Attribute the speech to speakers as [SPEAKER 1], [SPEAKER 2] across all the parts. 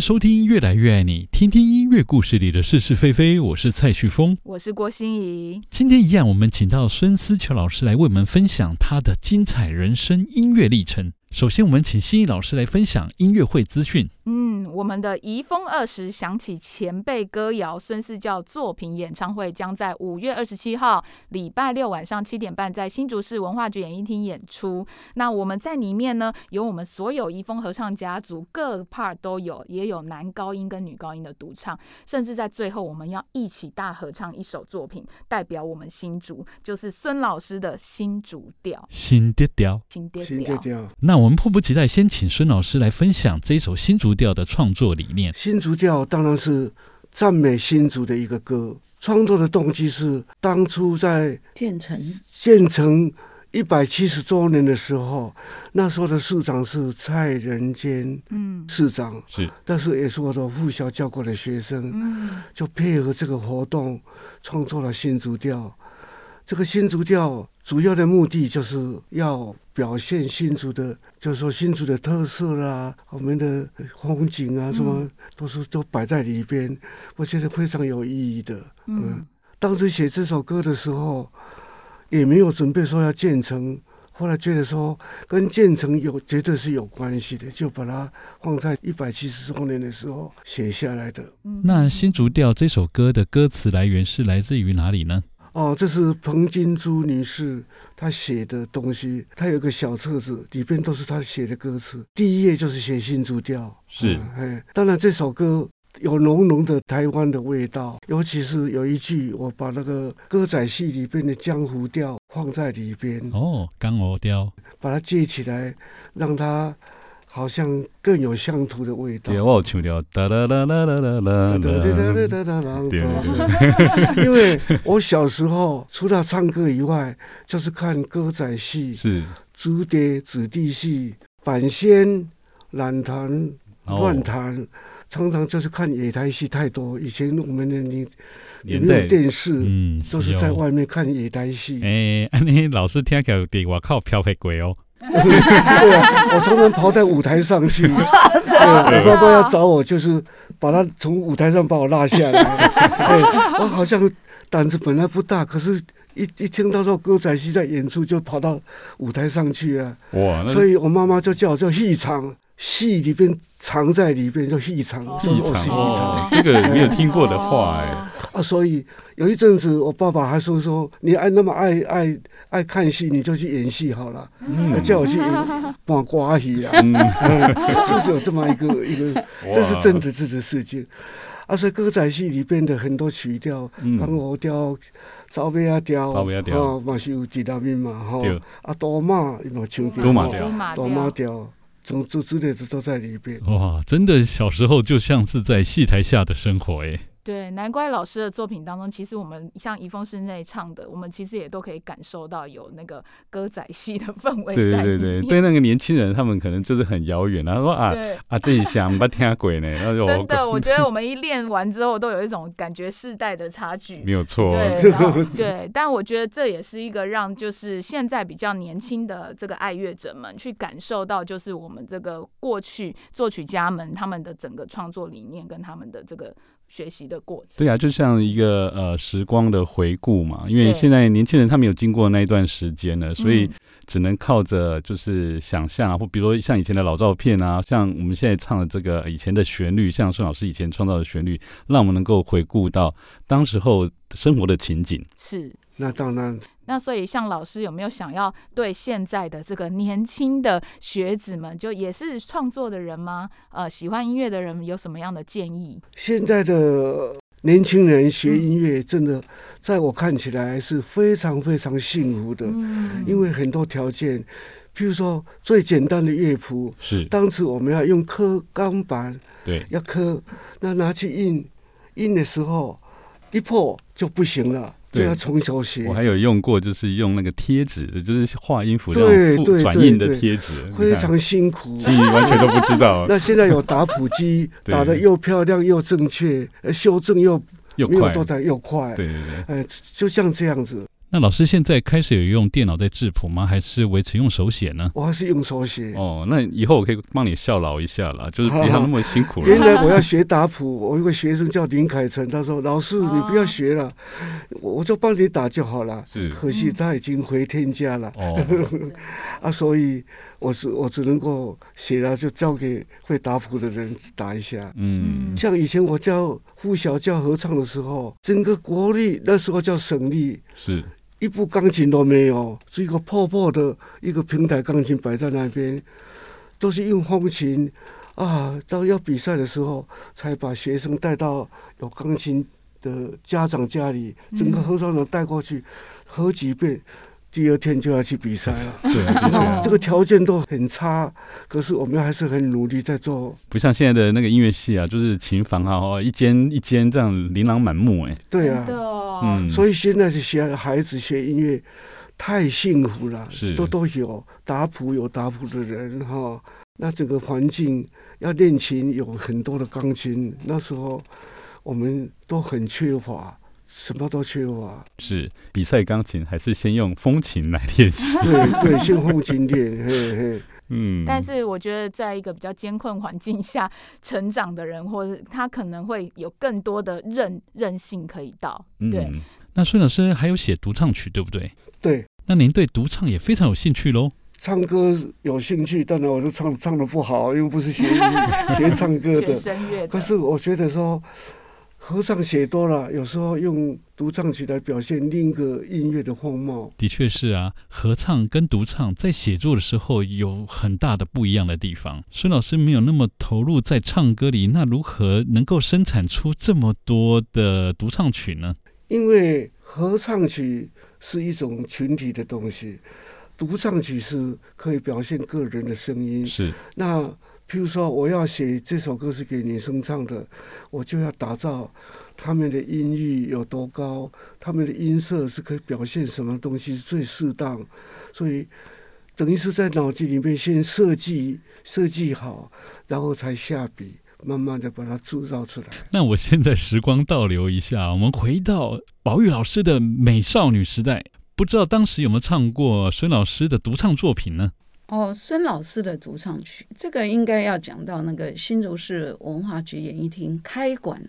[SPEAKER 1] 收听《越来越爱你》，听听音乐故事里的是是非非。我是蔡旭峰，
[SPEAKER 2] 我是郭心怡。
[SPEAKER 1] 今天一样，我们请到孙思球老师来为我们分享他的精彩人生音乐历程。首先，我们请心怡老师来分享音乐会资讯。
[SPEAKER 2] 嗯，我们的《移风二十》响起前辈歌谣孙四教作品演唱会将在五月二十七号礼拜六晚上七点半在新竹市文化局演艺厅演出。那我们在里面呢，有我们所有移风合唱家族各 part 都有，也有男高音跟女高音的独唱，甚至在最后我们要一起大合唱一首作品，代表我们新竹，就是孙老师的新竹调。
[SPEAKER 1] 新跌调，
[SPEAKER 2] 新爹
[SPEAKER 3] 新
[SPEAKER 2] 调
[SPEAKER 3] 竹，调，
[SPEAKER 1] 那我们迫不及待先请孙老师来分享这首新竹调的创作理念。
[SPEAKER 3] 新竹调当然是赞美新竹的一个歌。创作的动机是当初在
[SPEAKER 4] 建成，
[SPEAKER 3] 建成一百七十周年的时候，那时候的市长是蔡仁坚
[SPEAKER 2] 嗯
[SPEAKER 3] 市长，
[SPEAKER 1] 是
[SPEAKER 3] 但是也是我的附小教过的学生，
[SPEAKER 2] 嗯
[SPEAKER 3] 就配合这个活动创作了新竹调。这个新竹调主要的目的就是要表现新竹的，就是说新竹的特色啦，我们的风景啊，什么都是都摆在里边，我觉得非常有意义的。
[SPEAKER 2] 嗯
[SPEAKER 3] 当时写这首歌的时候，也没有准备说要建成，后来觉得说跟建成有绝对是有关系的，就把它放在一百七十周年的时候写下来的。
[SPEAKER 2] 嗯，
[SPEAKER 1] 那新竹调这首歌的歌词来源是来自于哪里呢？
[SPEAKER 3] 哦，这是彭金珠女士她写的东西，她有一个小册子，里边都是她写的歌词。第一页就是写新竹调，
[SPEAKER 1] 是
[SPEAKER 3] 嗯哎，当然这首歌有浓浓的台湾的味道，尤其是有一句，我把那个歌仔戏里边的江湖调放在里边，
[SPEAKER 1] 哦，干鹅调，
[SPEAKER 3] 把它接起来，让它好像更有乡土的味道。
[SPEAKER 1] 我唱掉哒啦啦啦啦啦啦对
[SPEAKER 3] 因为我小时候除了唱歌以外，就是看歌仔戏、
[SPEAKER 1] 是
[SPEAKER 3] 竹蝶、子弟戏、板仙、懒弹、
[SPEAKER 1] 哦
[SPEAKER 3] 乱弹，常常就是看野台戏太多。以前我们的年也
[SPEAKER 5] 年
[SPEAKER 3] 没
[SPEAKER 5] 代
[SPEAKER 3] 有电视，
[SPEAKER 1] 嗯，
[SPEAKER 3] 都是在
[SPEAKER 1] 哦
[SPEAKER 3] 外面看野台戏。
[SPEAKER 1] 哎， 安尼老师听起来对我靠飘黑鬼哦，
[SPEAKER 3] 对啊，我常常跑到舞台上去。
[SPEAKER 2] 是
[SPEAKER 3] 对，啊我爸爸要找我，就是把他从舞台上把我拉下来。哎，我好像胆子本来不大，可是一一听到说歌仔戏在演出，就跑到舞台上去啊。
[SPEAKER 5] 哇，那
[SPEAKER 3] 所以我妈妈就叫我叫戏场，戏里边藏在里边叫戏场，
[SPEAKER 2] 哦
[SPEAKER 3] 所以
[SPEAKER 5] 异
[SPEAKER 3] 我是
[SPEAKER 5] 常
[SPEAKER 3] 戏
[SPEAKER 2] 哦
[SPEAKER 3] 场
[SPEAKER 5] 哦，这个没有 听过的话哎，
[SPEAKER 3] 啊。所以有一阵子，我爸爸还说说你爱那么爱爱爱看戏，你就去演戏好了，
[SPEAKER 5] 嗯
[SPEAKER 3] 叫我去演扮瓜戏 啊。
[SPEAKER 5] 嗯，
[SPEAKER 3] 是不是有这么一 个一个？ 这是真的，这的事情。啊，所以歌仔戏里边的很多曲调，
[SPEAKER 5] 嗯
[SPEAKER 3] 港河调、草尾啊调，
[SPEAKER 5] 草尾仔调
[SPEAKER 3] 啊，嘛是有几大面嘛吼
[SPEAKER 5] 对。
[SPEAKER 3] 啊，多嘛伊嘛唱过
[SPEAKER 5] 都嘛调
[SPEAKER 2] 都嘛
[SPEAKER 3] 多嘛调，总之之类的都在里边。
[SPEAKER 1] 哇，真的小时候就像是在戏台下的生活哎，
[SPEAKER 2] 对，难怪老师的作品当中，其实我们像怡丰室内唱的，我们其实也都可以感受到有那个歌仔戏的氛围
[SPEAKER 5] 对
[SPEAKER 2] 在
[SPEAKER 5] 对
[SPEAKER 2] 里
[SPEAKER 5] 对
[SPEAKER 2] 面。
[SPEAKER 5] 对，对那个年轻人他们可能就是很遥远，然后说啊
[SPEAKER 2] 对
[SPEAKER 5] 啊这一下没听鬼呢，那就哦
[SPEAKER 2] 真的，我觉得我们一练完之后，都有一种感觉世代的差距。
[SPEAKER 5] 没有错，
[SPEAKER 2] 对，然后对，但我觉得这也是一个让就是现在比较年轻的这个爱乐者们去感受到，就是我们这个过去作曲家们他们的整个创作理念跟他们的这个学习的过程。
[SPEAKER 5] 对啊，就像一个呃时光的回顾嘛，因为
[SPEAKER 2] 对
[SPEAKER 5] 现在年轻人他们有经过那一段时间了，所以
[SPEAKER 2] 嗯
[SPEAKER 5] 只能靠着就是想象啊，或比如说像以前的老照片啊，像我们现在唱的这个以前的旋律，像孙老师以前创造的旋律，让我们能够回顾到当时候生活的情景。
[SPEAKER 2] 是。
[SPEAKER 3] 那当然，
[SPEAKER 2] 那所以，像老师有没有想要对现在的这个年轻的学子们，就也是创作的人吗？呃，喜欢音乐的人有什么样的建议？
[SPEAKER 3] 现在的年轻人学音乐，真的在我看起来是非常非常幸福的，
[SPEAKER 2] 嗯
[SPEAKER 3] 因为很多条件，譬如说最简单的乐谱，
[SPEAKER 5] 是
[SPEAKER 3] 当时我们要用刻钢板，
[SPEAKER 5] 对，
[SPEAKER 3] 要刻，那拿去印，印的时候一破就不行了，就
[SPEAKER 5] 对
[SPEAKER 3] 要重手写
[SPEAKER 5] 我，还有用过，就是用那个贴纸，就是画音符那
[SPEAKER 3] 对
[SPEAKER 5] 种复
[SPEAKER 3] 对对
[SPEAKER 5] 转印的
[SPEAKER 3] 对
[SPEAKER 5] 贴纸，
[SPEAKER 3] 非常辛苦。
[SPEAKER 5] 心 里完全都不知 道，
[SPEAKER 3] 那现在有打谱机，
[SPEAKER 5] 对
[SPEAKER 3] 打得又漂亮又正确，呃修正又
[SPEAKER 5] 又
[SPEAKER 3] 没有
[SPEAKER 5] 快，
[SPEAKER 3] 多
[SPEAKER 5] 对
[SPEAKER 3] 大又快，
[SPEAKER 5] 对对。
[SPEAKER 3] 呃，就像这样子。
[SPEAKER 1] 那老师现在开始有用电脑在制谱吗？还是维持用手写呢？
[SPEAKER 3] 我还是用手写。
[SPEAKER 5] 哦，那以后我可以帮你效劳一下啦， 就是不要那么辛苦
[SPEAKER 3] 原
[SPEAKER 5] 了。
[SPEAKER 3] 来我要学打谱，我有个学生叫林凯成，他说：“老师，
[SPEAKER 2] 哦
[SPEAKER 3] 你不要学了，我我就帮你打就好了。”
[SPEAKER 5] 哦是
[SPEAKER 3] 可惜他已经回天家了、
[SPEAKER 5] 哦，
[SPEAKER 3] 啊，所以我只我只能够写了就交给会打谱的人打一下。
[SPEAKER 5] 嗯，
[SPEAKER 3] 像以前我教附小教合唱的时候，整个国立那时候叫省立，
[SPEAKER 5] 是
[SPEAKER 3] 一部钢琴都没有，只有一个破破的一个平台钢琴摆在那边，都是用风琴啊。到要比赛的时候，才把学生带到有钢琴的家长家里，整个合唱团带过去，合几遍，第二天就要去比赛了。
[SPEAKER 5] 对啊，的确啊
[SPEAKER 3] 这个条件都很差，可是我们还是很努力在做。
[SPEAKER 5] 不像现在的那个音乐系啊，就是琴房啊，哦，一间一间这样琳琅满目哎。
[SPEAKER 3] 对
[SPEAKER 2] 真
[SPEAKER 3] 啊，
[SPEAKER 2] 的哦，
[SPEAKER 5] 嗯，
[SPEAKER 3] 所
[SPEAKER 5] 以
[SPEAKER 3] 以现在的学孩子学音乐太幸福了
[SPEAKER 5] 是，
[SPEAKER 3] 都都有打谱有打谱的人哈、那整个环境要练琴有很多的钢琴，那时候我们都很缺乏，什么都缺乏。
[SPEAKER 5] 是比赛钢琴还是先用风琴来练 习？
[SPEAKER 3] 对对，先风琴 练，嘿嘿。
[SPEAKER 5] 嗯，
[SPEAKER 2] 但是我觉得，在一个比较艰困环境下成长的人，或者他可能会有更多的韧韧性可以到。对，
[SPEAKER 5] 嗯
[SPEAKER 1] 那孙老师还有写独唱曲，对不对？
[SPEAKER 3] 对，
[SPEAKER 1] 那您对独唱也非常有兴趣喽？
[SPEAKER 3] 唱歌有兴趣，但是我就唱唱的不好，因为不是学 学唱
[SPEAKER 2] 学
[SPEAKER 3] 歌的。
[SPEAKER 2] 声乐的，
[SPEAKER 3] 可是我觉得说，合唱写多了，有时候用独唱曲来表现另一个音乐的风貌。
[SPEAKER 1] 的确是啊，合唱跟独唱在写作的时候有很大的不一样的地方。孙老师没有那么投入在唱歌里，那如何能够生产出这么多的独唱曲呢？
[SPEAKER 3] 因为合唱曲是一种群体的东西，独唱曲是可以表现个人的声音。
[SPEAKER 5] 是
[SPEAKER 3] 那譬如说，我要写这首歌是给女生唱的，我就要打造她们的音域有多高，她们的音色是可以表现什么东西是最适当，所以等于是在脑筋里面先设计设计好，然后才下笔，慢慢的把它铸造出来。
[SPEAKER 1] 那我现在时光倒流一下， 我们回到宝玉老师的美少女时代。不知道当时有没有唱过孙老师的独唱作品呢？
[SPEAKER 4] 哦，孙老师的主唱曲，这个应该要讲到那个新竹市文化局演艺厅开馆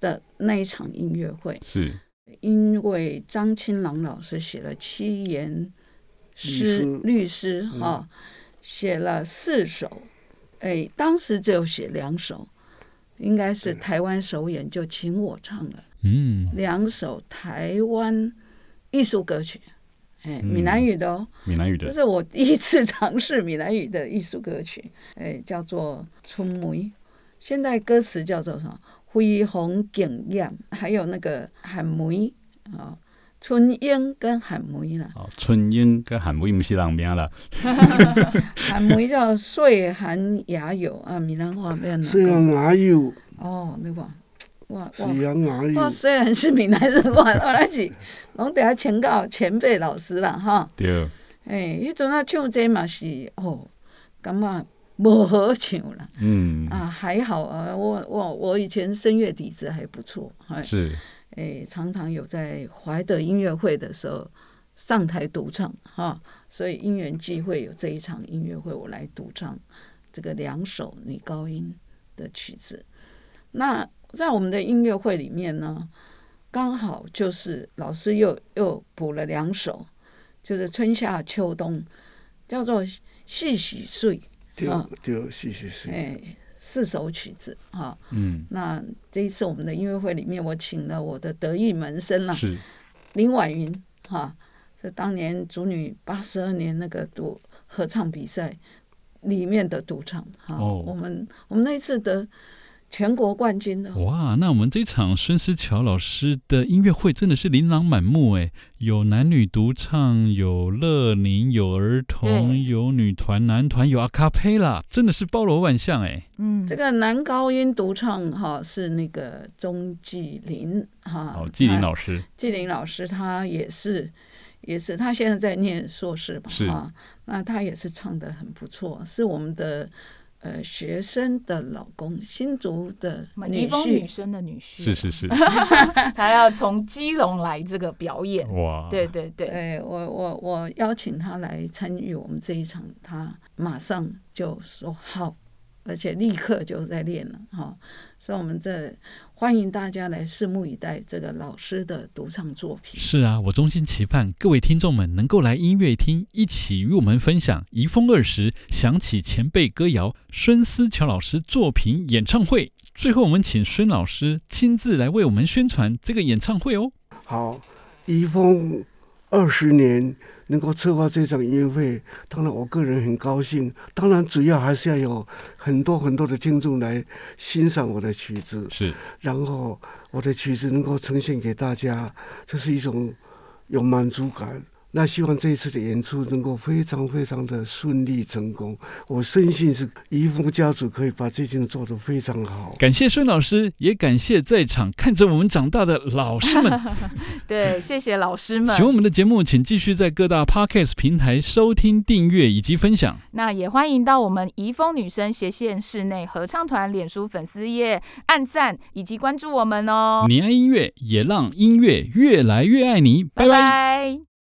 [SPEAKER 4] 的那一场音乐会，
[SPEAKER 5] 是，
[SPEAKER 4] 因为张清郎老师写了七言诗
[SPEAKER 3] 律诗嗯
[SPEAKER 4] 律诗哈、写了四首，哎，当时只有写两首，应该是台湾首演就请我唱了。
[SPEAKER 1] 嗯，
[SPEAKER 4] 两首台湾艺术歌曲，哎，闽
[SPEAKER 3] 嗯
[SPEAKER 4] 南语的哦，
[SPEAKER 5] 闽南语
[SPEAKER 4] 这
[SPEAKER 5] 的，
[SPEAKER 4] 是我第一次尝试闽南语的艺术歌曲， 哎，叫做《春梅》，现在歌词叫做什么？恢宏景艳，还有那个喊梅啊，春英跟喊梅啦，
[SPEAKER 5] 哦，春英跟韩文不是啊浪边啦，
[SPEAKER 4] 喊梅叫岁寒雅友啊，闽南话变哪
[SPEAKER 3] 虽然
[SPEAKER 4] 个？
[SPEAKER 3] 哪有，
[SPEAKER 4] 哦，那个，哇哇
[SPEAKER 3] 虽然哪有
[SPEAKER 4] 我，虽然是闽南人，我我那是拢得要请教前辈老师啦，哈。
[SPEAKER 5] 对，
[SPEAKER 4] 诶、迄阵啊唱这嘛是哦，感觉无好唱啦。
[SPEAKER 5] 嗯，
[SPEAKER 4] 啊，还好啊，我我我以前声乐底子还不错，哎
[SPEAKER 5] 是
[SPEAKER 4] 诶、常常有在怀德音乐会的时候上台独唱哈，所以因缘际会有这一场音乐会，我来独唱这个两首女高音的曲子。那在我们的音乐会里面呢，刚好就是老师又又补了两首，就是春夏秋冬，叫做细洗睡，
[SPEAKER 3] 对
[SPEAKER 4] 啊
[SPEAKER 3] 对，是是是，
[SPEAKER 4] 哎，四首曲子哈。
[SPEAKER 5] 嗯
[SPEAKER 4] 那这一次我们的音乐会里面，我请了我的得意门生啦，
[SPEAKER 5] 是
[SPEAKER 4] 林婉云哈，这当年主女八十二年那个独合唱比赛里面的独唱哈，
[SPEAKER 5] 哦
[SPEAKER 4] 我们我们那一次得全国冠军
[SPEAKER 5] 哦
[SPEAKER 4] 的，
[SPEAKER 1] 哇，那我们这场孙思乔老师的音乐会真的是琳琅满目诶，有男女独唱，有乐龄，有儿童，
[SPEAKER 2] 对
[SPEAKER 1] 有女团、男团，有阿卡贝拉，真的是包罗万象诶。
[SPEAKER 2] 嗯，
[SPEAKER 4] 这个男高音独唱哈是那个钟继林哈，
[SPEAKER 5] 哦，纪凌
[SPEAKER 4] 哎
[SPEAKER 5] 老师
[SPEAKER 4] 纪凌老师他也是，也是他现在在念硕士吧？
[SPEAKER 5] 是
[SPEAKER 4] 啊，那他也是唱的很不错，是我们的呃学生的老公，新竹的
[SPEAKER 2] 我们
[SPEAKER 4] 女
[SPEAKER 2] 怡丰女
[SPEAKER 4] 婿，
[SPEAKER 2] 生的女婿，
[SPEAKER 5] 是是， 是，
[SPEAKER 2] 他要从基隆来这个表演，
[SPEAKER 5] 哇，
[SPEAKER 2] 对，对对，
[SPEAKER 4] 对我我我邀请他来参与我们这一场，他马上就说好，而且立刻就在练了哈、所以我们这欢迎大家来拭目以待这个老师的独唱作品。
[SPEAKER 1] 是啊，我衷心期盼各位听众们能够来音乐厅，一起与我们分享《移风二十》，想起前辈歌谣孙思乔老师作品演唱会。最后，我们请孙老师亲自来为我们宣传这个演唱会哦。
[SPEAKER 3] 好，移风二十年能够策划这场音乐会，当然我个人很高兴。当然，主要还是要有很多很多的听众来欣赏我的曲子，
[SPEAKER 5] 是
[SPEAKER 3] 然后我的曲子能够呈现给大家，这是一种有满足感。那希望这一次的演出能够非常非常的顺利成功，我深信是怡丰家族可以把这件事做得非常好。
[SPEAKER 1] 感谢孙老师，也感谢在场看着我们长大的老师 们。
[SPEAKER 2] 对，谢谢老师们
[SPEAKER 1] 喜。欢我们的节目，请继续在各大 podcast 平台收听、订阅以及分享。
[SPEAKER 2] 那也欢迎到我们怡丰女生斜线室内合唱团脸书粉丝页按赞以及关注我们哦。
[SPEAKER 1] 你爱音乐，也让音乐越来越爱你。拜拜
[SPEAKER 2] 拜